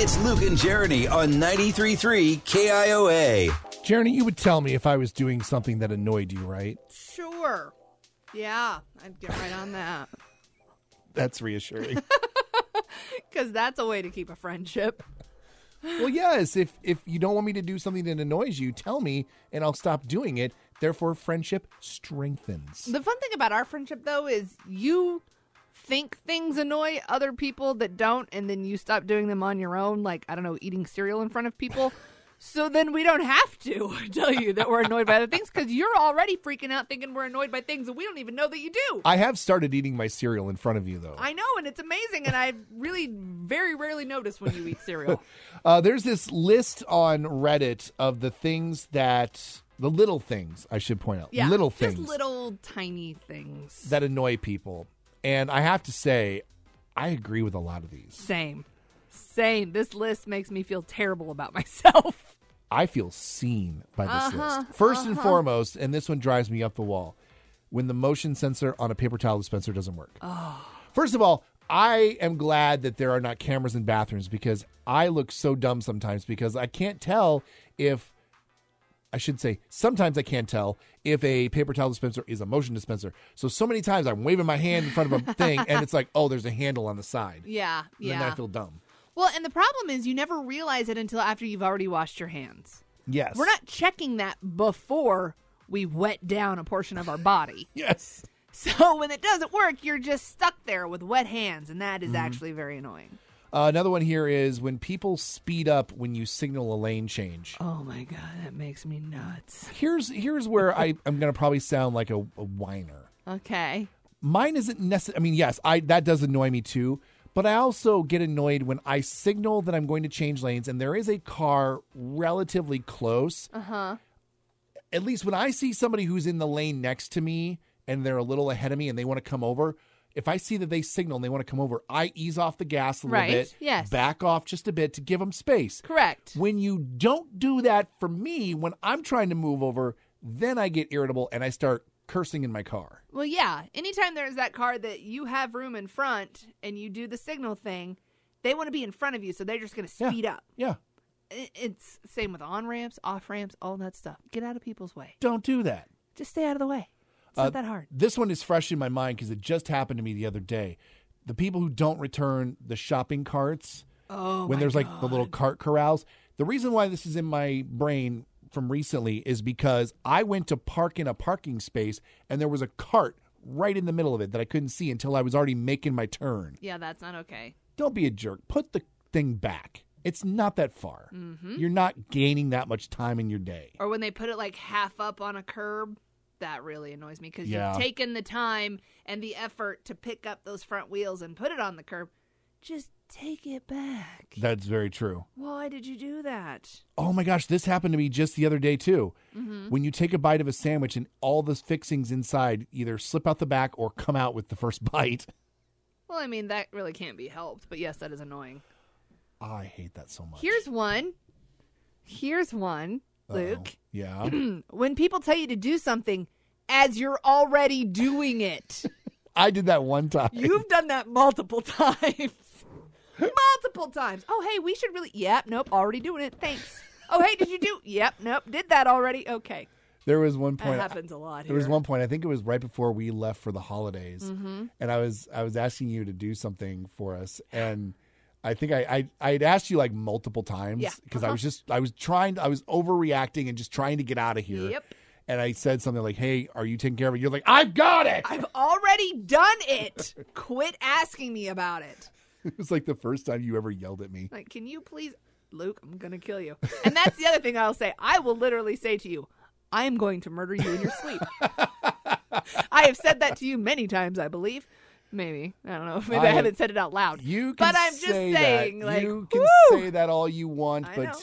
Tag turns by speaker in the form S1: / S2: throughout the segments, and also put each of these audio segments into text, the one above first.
S1: It's Luke and Jeremy on 93.3 KIOA.
S2: Jeremy, you would tell me if I was doing something that annoyed you, right?
S3: Sure. Yeah, I'd get right on that.
S2: That's reassuring.
S3: Because that's a way to keep a friendship.
S2: well, yes, if if you don't want me to do something that annoys you, tell me and I'll stop doing it. Therefore, friendship strengthens.
S3: The fun thing about our friendship, though, is you think things annoy other people that don't, and then you stop doing them on your own, like, I don't know, eating cereal in front of people. So then we don't have to tell you that we're annoyed by other things because you're already freaking out thinking we're annoyed by things that we don't even know that you do.
S2: I have started eating my cereal in front of you though.
S3: I know, and it's amazing, and I really very rarely notice when you eat cereal.
S2: Uh, there's this list on Reddit of the things that the little things I should point out,
S3: Yeah,
S2: little things
S3: just little tiny things.
S2: that annoy people, and I have to say, I agree with a lot of these.
S3: Same. Same. This list makes me feel terrible about myself.
S2: I feel seen by this
S3: Uh-huh,
S2: list. 1st and foremost, and this one drives me up the wall, when the motion sensor on a paper towel dispenser doesn't work. First of all, I am glad that there are not cameras in bathrooms because I look so dumb sometimes because I can't tell if I should say sometimes I can't tell if a paper towel dispenser is a motion dispenser. So so many times I'm waving my hand in front of a thing and it's like, "Oh, there's a handle on the side."
S3: Yeah.
S2: And then I feel dumb.
S3: well, and the problem is you never realize it until after you've already washed your hands.
S2: Yes.
S3: We're not checking that before we wet down a portion of our body.
S2: Yes.
S3: so when it doesn't work, you're just stuck there with wet hands, and
S2: Mm-hmm.
S3: that is actually very annoying.
S2: Uh, another one here is when people speed up when you signal a lane change.
S3: Oh my God, that makes me nuts.
S2: Here's here's where I I'm gonna probably sound like a, a whiner.
S3: Okay.
S2: Mine isn't necessary. I mean, yes, I that does annoy me too. But I also get annoyed when I signal that I'm going to change lanes and there is a car relatively close. Uh huh.
S3: Uh-huh.
S2: At least when I see somebody who's in the lane next to me and they're a little ahead of me and they want to come over, if I see that they signal and they want to come over, I ease off the gas a little
S3: Right,
S2: bit,
S3: yes.
S2: back off just a bit to give them space.
S3: Correct.
S2: When you don't do that for me, when I'm trying to move over, then I get irritable and I start cursing in my car.
S3: Well, yeah. Anytime there's that car that you have room in front and you do the signal thing, they want to be in front of you, so they're just going to
S2: Yeah.
S3: speed up.
S2: Yeah,
S3: I- It's same with on ramps, off ramps, all that stuff. Get out of people's way.
S2: don't do that.
S3: Just stay out of the way. It's
S2: Uh,
S3: not that hard.
S2: This one is fresh in my mind because it just happened to me the other day. The people who don't return the shopping carts
S3: Oh,
S2: when there's like the little cart corrals. The reason why this is in my brain from recently is because I went to park in a parking space and there was a cart right in the middle of it that I couldn't see until I was already making my turn.
S3: yeah, that's not okay.
S2: don't be a jerk. Put the thing back. It's not that far. You're not gaining that much time in your day.
S3: Or when they put it like half up on a curb, that really annoys me because
S2: Yeah.
S3: you've taken the time and the effort to pick up those front wheels and put it on the curb. Just take it back.
S2: That's very true.
S3: Why did you do that?
S2: Oh my gosh, this happened to me just the other day too. When you take a bite of a sandwich and all the fixings inside either slip out the back or come out with the first bite.
S3: Well, I mean, that really can't be helped, but yes, that is annoying.
S2: I hate that so much.
S3: Here's one. Here's one,
S2: Uh-oh.
S3: Luke.
S2: Yeah.
S3: When people tell you to do something as you're already doing it,
S2: I did that one time.
S3: you've done that multiple times. multiple times. Oh, hey, we should really. Yep, nope, already doing it. Thanks. Oh, hey, did you do? Yep, nope, did that already. Okay.
S2: there was one
S3: That
S2: point
S3: happens a lot here.
S2: There was one point. I think it was right before we left for the holidays,
S3: Mm-hmm.
S2: and I was I was asking you to do something for us, and I think I I I had asked you like multiple times
S3: Yeah. uh-huh.
S2: because I was just I was trying I was overreacting and just trying to get out of here.
S3: Yep.
S2: And I said something like, "Hey, are you taking care of it?" You're like, "I've got it."
S3: I've already done it. Quit asking me about it.
S2: It was like the first time you ever yelled at me.
S3: Like, can you please, Luke? I'm gonna kill you. And that's the other thing I'll say. I will literally say to you, I am going to murder you in your sleep. I have said that to you many times, I believe. Maybe I don't know. Maybe I,
S2: I-
S3: haven't said it out loud.
S2: You, can
S3: but I'm just
S2: say
S3: saying,
S2: that.
S3: like,
S2: you can
S3: woo!
S2: say that all you want,
S3: I
S2: but
S3: know.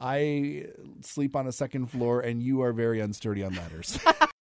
S2: I sleep on a second floor, and you are very unsturdy on ladders.